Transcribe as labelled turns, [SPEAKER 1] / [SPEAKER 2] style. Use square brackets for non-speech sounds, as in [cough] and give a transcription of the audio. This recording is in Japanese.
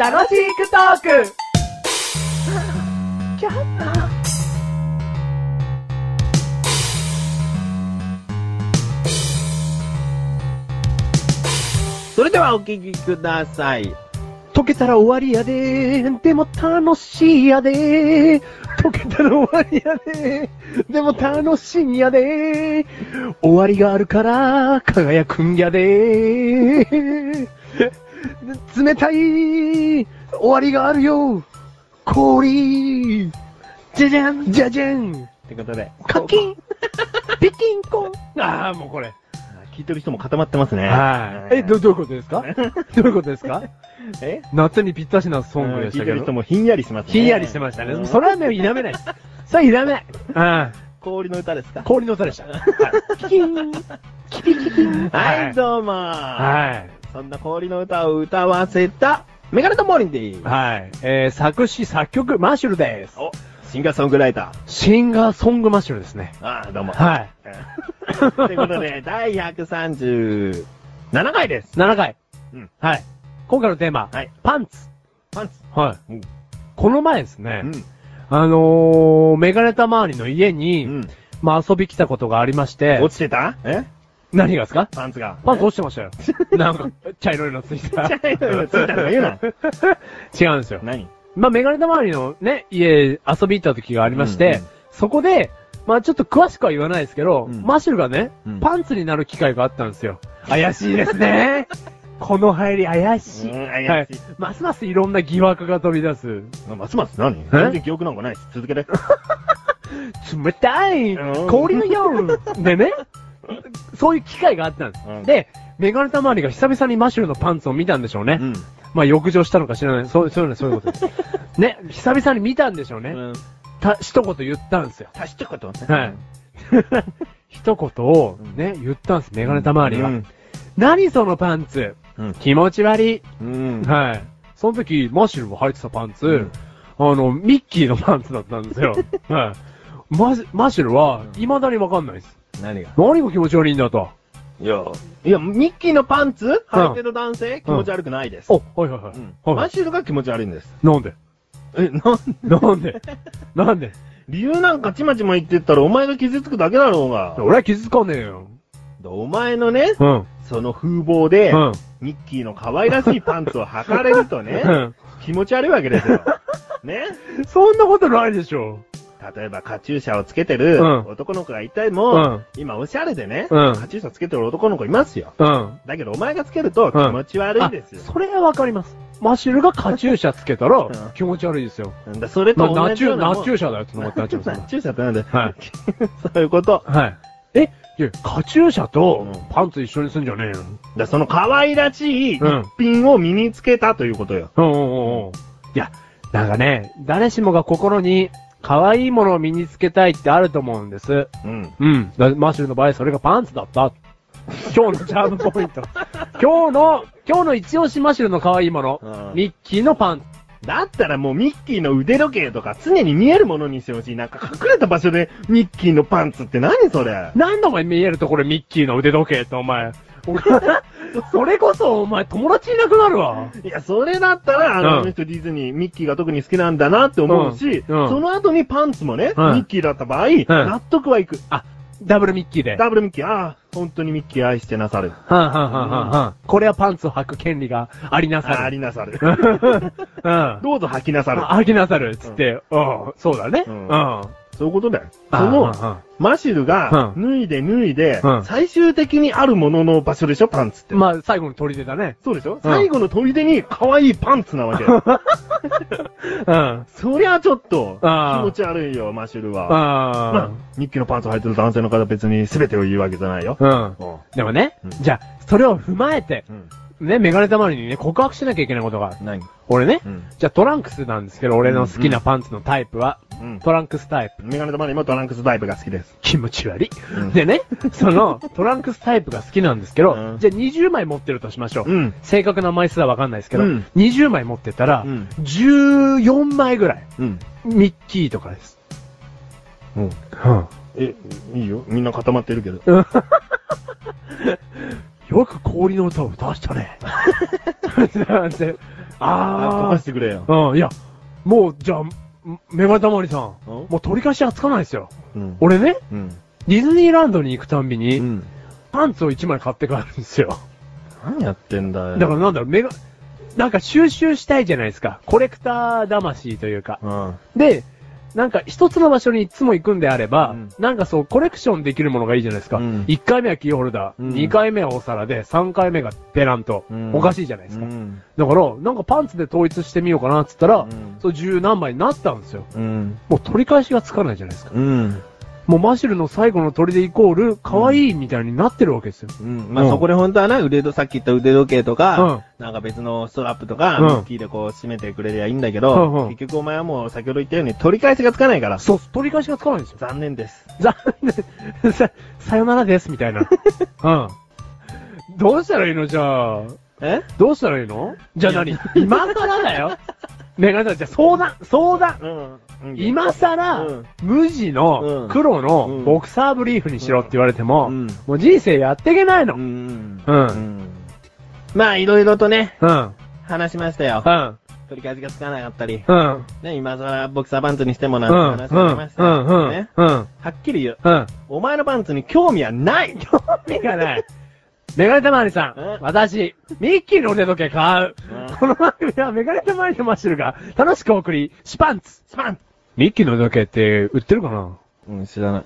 [SPEAKER 1] 楽しくトーク
[SPEAKER 2] それではお聞きください。
[SPEAKER 3] 溶けたら終わりやででも楽しいやで溶けたら終わりやででも楽しいやで終わりがあるから輝くんやで冷たい終わりがあるよ氷じゃじゃんじゃじゃんってことで。
[SPEAKER 2] カキン
[SPEAKER 3] ピキンコンああ、もうこれ。
[SPEAKER 2] 聞いてる人も固まってますね。
[SPEAKER 3] はい。え、ど、どういうことですかどういうことですか
[SPEAKER 2] え
[SPEAKER 3] 夏にぴったしなソン
[SPEAKER 2] 聞
[SPEAKER 3] グで
[SPEAKER 2] い
[SPEAKER 3] してたけ
[SPEAKER 2] る
[SPEAKER 3] ど
[SPEAKER 2] 人。もひんやりしますね。
[SPEAKER 3] ひんやりしてました
[SPEAKER 2] う
[SPEAKER 3] ね。
[SPEAKER 2] ん
[SPEAKER 3] それはね、否めない。それは否めない。うん。
[SPEAKER 2] 氷の歌ですか
[SPEAKER 3] 氷の歌でした。はいキキン。キキキキン。
[SPEAKER 2] はい、
[SPEAKER 3] は
[SPEAKER 2] どうも、
[SPEAKER 3] はい。
[SPEAKER 2] そんな氷の歌を歌わせた、メガネとモーリンです。
[SPEAKER 3] はい。えー、作詞作曲、マッシュルです。
[SPEAKER 2] お、シンガーソングライタ
[SPEAKER 3] シンガーソングマッシュルですね。
[SPEAKER 2] ー。ああ、どうも。
[SPEAKER 3] [laughs] はい。
[SPEAKER 2] ということで、第137回です。
[SPEAKER 3] 7回。
[SPEAKER 2] うん
[SPEAKER 3] はい。今回のテーマ。
[SPEAKER 2] はい
[SPEAKER 3] パンツ。
[SPEAKER 2] パンツ。
[SPEAKER 3] は
[SPEAKER 2] うん
[SPEAKER 3] い。この前ですね。
[SPEAKER 2] ん。
[SPEAKER 3] あのー、メガネタ周りの家に、
[SPEAKER 2] うん。
[SPEAKER 3] まあ遊び来たことがありまして、
[SPEAKER 2] 落ちてたえ
[SPEAKER 3] 何がですか
[SPEAKER 2] パンツが。
[SPEAKER 3] パンツ落ちてましたよ。なんか、 [laughs] 茶色いのついた。
[SPEAKER 2] 茶色いのついたとか言う
[SPEAKER 3] [laughs]
[SPEAKER 2] な。
[SPEAKER 3] 違うんですよ。
[SPEAKER 2] 何
[SPEAKER 3] まあ、メガネたまわりのね、家、遊び行った時がありまして、
[SPEAKER 2] うんうん
[SPEAKER 3] そこで、まあ、ちょっと詳しくは言わないですけ
[SPEAKER 2] う
[SPEAKER 3] ど、
[SPEAKER 2] ん
[SPEAKER 3] マシュルがね、
[SPEAKER 2] うん
[SPEAKER 3] パンツになる機会があったんですよ。怪しいですね。 [laughs] この入り怪しい。
[SPEAKER 2] うん
[SPEAKER 3] は
[SPEAKER 2] 怪
[SPEAKER 3] い
[SPEAKER 2] しい。
[SPEAKER 3] ますますいろんな疑惑が飛び出す。
[SPEAKER 2] ますます何全然記憶なんかないし、続けて。
[SPEAKER 3] 冷たい
[SPEAKER 2] うん
[SPEAKER 3] 氷
[SPEAKER 2] [laughs]
[SPEAKER 3] のようでね、そういう機会があったんです。
[SPEAKER 2] うん
[SPEAKER 3] で、メガネたまわりが久々にマシュルのパンツを見たんでしょうね。
[SPEAKER 2] うん。
[SPEAKER 3] まあ、浴場したのか知らない。そう、そういうの、そういうこと
[SPEAKER 2] [laughs]
[SPEAKER 3] です。ね、久々に見たんでしょうね。
[SPEAKER 2] うん。
[SPEAKER 3] た、一言言ったんですよ。
[SPEAKER 2] 足してこと
[SPEAKER 3] はい。
[SPEAKER 2] [laughs]
[SPEAKER 3] 一言を、ね、言ったんです。メガネたまわりが。
[SPEAKER 2] うん
[SPEAKER 3] 何そのパンツ
[SPEAKER 2] うん。
[SPEAKER 3] 気持ち悪い。
[SPEAKER 2] うん。
[SPEAKER 3] はい。その時、マシュルも履いてたパンツ、
[SPEAKER 2] うん
[SPEAKER 3] あの、ミッキーのパンツだったんですよ。
[SPEAKER 2] [laughs]
[SPEAKER 3] はい。マシマシュルは、未だにわかんないです。
[SPEAKER 2] 何が
[SPEAKER 3] 何が気持ち悪いんだと。
[SPEAKER 2] いや、いや、ミッキーのパンツ履いてる男性、気持ち悪くないです。
[SPEAKER 3] お、はいはいはい。
[SPEAKER 2] うん
[SPEAKER 3] はい
[SPEAKER 2] マシュルが気持ち悪いんです。
[SPEAKER 3] な
[SPEAKER 2] [laughs]
[SPEAKER 3] んで
[SPEAKER 2] え、なん、
[SPEAKER 3] なんでなんで
[SPEAKER 2] 理由なんかちまちま言ってったらお前が傷つくだけだろうが。
[SPEAKER 3] 俺は傷つかねえよ。
[SPEAKER 2] お前のね、
[SPEAKER 3] うん。うん。
[SPEAKER 2] その風貌で、
[SPEAKER 3] うん。
[SPEAKER 2] ミッキーの可愛らしいパンツを履かれるとね、気持ち悪いわけです
[SPEAKER 3] [laughs]
[SPEAKER 2] よ。ね
[SPEAKER 3] そんなことないでしょ。
[SPEAKER 2] 例えば、カチューシャをつけてる
[SPEAKER 3] うん
[SPEAKER 2] 男の子がいて
[SPEAKER 3] う
[SPEAKER 2] も、
[SPEAKER 3] ん。
[SPEAKER 2] 今おしゃれでね、
[SPEAKER 3] うん
[SPEAKER 2] カチューシャつけてる男の子いますよ。
[SPEAKER 3] うん。
[SPEAKER 2] だけど、お前がつけると気持ち悪いんですよ。
[SPEAKER 3] それはわかります。マシュルがカチューシャつけたら
[SPEAKER 2] ん
[SPEAKER 3] 気持ち悪いですよ。
[SPEAKER 2] うんだそれ
[SPEAKER 3] ま
[SPEAKER 2] と
[SPEAKER 3] あ、ナ
[SPEAKER 2] 同じ
[SPEAKER 3] チ
[SPEAKER 2] よ
[SPEAKER 3] ュ
[SPEAKER 2] うな
[SPEAKER 3] ナ
[SPEAKER 2] もん
[SPEAKER 3] チューシャだよって思っちゃうんですよ
[SPEAKER 2] ナチューシャってなんだよ。
[SPEAKER 3] はい。
[SPEAKER 2] そういうこと。
[SPEAKER 3] はい。えいや、カチューシャと
[SPEAKER 2] うん
[SPEAKER 3] パンツ一緒にすんじゃねえよ。
[SPEAKER 2] だその可愛らしい一
[SPEAKER 3] うん
[SPEAKER 2] 品を身につけたということよ。
[SPEAKER 3] うんうんうん。いや、なんかね、誰しもが心に可愛いものを身につけたいってあると思うんです。
[SPEAKER 2] うん。
[SPEAKER 3] うん。だマシュルの場合、それがパンツだった。今日のチャームポイン
[SPEAKER 2] [laughs]
[SPEAKER 3] ト。今日の、今日の一押しマシュルの可愛いもの。ミッキーのパンツ。
[SPEAKER 2] だったらもうミッキーの腕時計とか常に見えるものにしてほしい。なんか隠れた場所でミッキーのパンツって何それ
[SPEAKER 3] 何度も見えるところミッキーの腕時計って
[SPEAKER 2] [laughs]
[SPEAKER 3] お前。俺それこそお前友達いなくなるわ。
[SPEAKER 2] いや、それだったら、あの、
[SPEAKER 3] うん
[SPEAKER 2] あの人ディズニー、ミッキーが特に好きなんだなって思うし、
[SPEAKER 3] うんうん
[SPEAKER 2] その後にパンツもね、
[SPEAKER 3] うん
[SPEAKER 2] ミッキーだった場合、納得はいく。
[SPEAKER 3] ダブルミッキーで。
[SPEAKER 2] ダブルミッキー、ああ、本当にミッキー愛してなさる。
[SPEAKER 3] はんはんはんはんはん。これはパンツを履く権利がありな
[SPEAKER 2] あ
[SPEAKER 3] さ
[SPEAKER 2] あ
[SPEAKER 3] る。
[SPEAKER 2] りなさ
[SPEAKER 3] [laughs]
[SPEAKER 2] る。
[SPEAKER 3] うん。あ
[SPEAKER 2] どうぞ吐きなさる。
[SPEAKER 3] ありなさる。つって。うん。そうだね。
[SPEAKER 2] う
[SPEAKER 3] うんん。あ
[SPEAKER 2] そういうことだよ。その、
[SPEAKER 3] あ
[SPEAKER 2] マシルが、
[SPEAKER 3] う
[SPEAKER 2] 脱いで脱いで、
[SPEAKER 3] うん
[SPEAKER 2] 最終的にあるものの場所でしょ、パンツって。
[SPEAKER 3] まあ、最後の砦だね。
[SPEAKER 2] そうでしょ、最後の砦に可愛いパンツな
[SPEAKER 3] [laughs]
[SPEAKER 2] わけ。
[SPEAKER 3] うん。あ
[SPEAKER 2] そりゃちょっと、気
[SPEAKER 3] あ
[SPEAKER 2] 持ち悪いよ、マシルは。まあ
[SPEAKER 3] あ。、
[SPEAKER 2] ニッキーのパンツ履いてる男性の方別に全てを言うわけじゃないよ。
[SPEAKER 3] うん。
[SPEAKER 2] うん
[SPEAKER 3] でもね
[SPEAKER 2] うん、
[SPEAKER 3] じゃあ、それを踏まえて、
[SPEAKER 2] うん。
[SPEAKER 3] ね、メガネたまりにね、告白しなきゃいけないことがある。
[SPEAKER 2] 何
[SPEAKER 3] 俺ね、
[SPEAKER 2] うん。
[SPEAKER 3] じゃあトランクスなんですけど、俺の好きなパンツのタイプは、
[SPEAKER 2] うん。
[SPEAKER 3] トランクスタイプ。
[SPEAKER 2] メガネ玉にもトランクスタイプが好きです。
[SPEAKER 3] 気持ち悪い。
[SPEAKER 2] うん
[SPEAKER 3] でね、その、トランクスタイプが好きなんですけど、
[SPEAKER 2] うん
[SPEAKER 3] じゃあ20枚持ってるとしましょう。
[SPEAKER 2] うん
[SPEAKER 3] 正確な枚数はわかんないですけど、
[SPEAKER 2] うん
[SPEAKER 3] 20枚持ってたら、
[SPEAKER 2] うん
[SPEAKER 3] 14枚ぐらい、
[SPEAKER 2] うん。
[SPEAKER 3] ミッキーとかです。
[SPEAKER 2] うん。え、いいよ。みん
[SPEAKER 3] [laughs]
[SPEAKER 2] な固まってるけど。
[SPEAKER 3] よく氷の歌を出したね。なんて。
[SPEAKER 2] 飛
[SPEAKER 3] あ
[SPEAKER 2] ばしてくれよ。
[SPEAKER 3] あ。うん、いや、もう、じゃあ、メガネたまりさん、
[SPEAKER 2] うん
[SPEAKER 3] もう取り返しはつかないですよ。
[SPEAKER 2] うん。
[SPEAKER 3] 俺ね、
[SPEAKER 2] うん。
[SPEAKER 3] ディズニーランドに行くたんび
[SPEAKER 2] う
[SPEAKER 3] に、
[SPEAKER 2] ん。
[SPEAKER 3] パンツを1枚買って帰るんですよ。
[SPEAKER 2] 何やってんだよ。
[SPEAKER 3] だからなんだろう、メガ、なんか収集したいじゃないですか。コレクター魂というか。
[SPEAKER 2] うん。
[SPEAKER 3] で、なんか一つの場所にいつも行くんであれば、
[SPEAKER 2] うん
[SPEAKER 3] なんかそうコレクションできるものがいいじゃないですか。
[SPEAKER 2] うん
[SPEAKER 3] 1回目はキーホルダー、
[SPEAKER 2] うん
[SPEAKER 3] 2回目はお皿で、3回目がペラント、
[SPEAKER 2] うん
[SPEAKER 3] おかしいじゃないです
[SPEAKER 2] う
[SPEAKER 3] か。
[SPEAKER 2] ん。
[SPEAKER 3] だから、なんかパンツで統一してみようかなって言ったら、
[SPEAKER 2] うん
[SPEAKER 3] そう十何枚になったんですよ。
[SPEAKER 2] うん。
[SPEAKER 3] もう取り返しがつかないじゃないですか。
[SPEAKER 2] うん。
[SPEAKER 3] もうマシュルの最後の鳥でイコール、可愛いみたいになってるわけですよ。
[SPEAKER 2] うん。まあ、
[SPEAKER 3] うん
[SPEAKER 2] そこで本当はな、腕時、さっき言った腕時計とか、なんか別のストラップとか、
[SPEAKER 3] うん
[SPEAKER 2] ミッキーでこう締めてくれりゃいいんだけ
[SPEAKER 3] うんう
[SPEAKER 2] ど、
[SPEAKER 3] ん
[SPEAKER 2] 結局お前はもう先ほど言ったように取り返しがつかないから、
[SPEAKER 3] そう、取り返しがつかないんですよ。
[SPEAKER 2] 残念です。
[SPEAKER 3] 残念。さ、さよならです、みたいな。うん。どうしたらいいのじゃあ。
[SPEAKER 2] え
[SPEAKER 3] どうしたらいいのじゃあ何今更だよ。ねえ、なんだじゃあ相談、相談。
[SPEAKER 2] うん。
[SPEAKER 3] 今更、
[SPEAKER 2] うん
[SPEAKER 3] 無地
[SPEAKER 2] うん
[SPEAKER 3] の黒
[SPEAKER 2] うん
[SPEAKER 3] のボクサーブリーフにしろって言われても、
[SPEAKER 2] うん
[SPEAKER 3] もう人生やっていけないの。
[SPEAKER 2] う
[SPEAKER 3] うん。
[SPEAKER 2] ん。
[SPEAKER 3] うん
[SPEAKER 2] ん。まあ、いろいろとね、
[SPEAKER 3] うん。
[SPEAKER 2] 話しましたよ
[SPEAKER 3] う。ん。
[SPEAKER 2] 取り返しがつかなかったり、
[SPEAKER 3] うん。
[SPEAKER 2] ね、今更ボクサーパンツにしても
[SPEAKER 3] う。
[SPEAKER 2] なん
[SPEAKER 3] うん。
[SPEAKER 2] んて話
[SPEAKER 3] う
[SPEAKER 2] もあり
[SPEAKER 3] ん。
[SPEAKER 2] ました
[SPEAKER 3] う
[SPEAKER 2] よ
[SPEAKER 3] ん。うん。
[SPEAKER 2] ね。
[SPEAKER 3] うん。
[SPEAKER 2] はっきり言う。
[SPEAKER 3] うん。
[SPEAKER 2] お前のパンツに興味はない興
[SPEAKER 3] 目がない。メガネたまわりさ
[SPEAKER 2] え
[SPEAKER 3] ん、私、ミッキーの腕時計買う
[SPEAKER 2] うん。
[SPEAKER 3] [laughs] この番組はメガネたまわりとマッシュルが楽しくお送り、シュパンツ
[SPEAKER 2] スパン
[SPEAKER 3] ミッキーの腕時計って売ってるかな
[SPEAKER 2] [laughs] うん、知らない。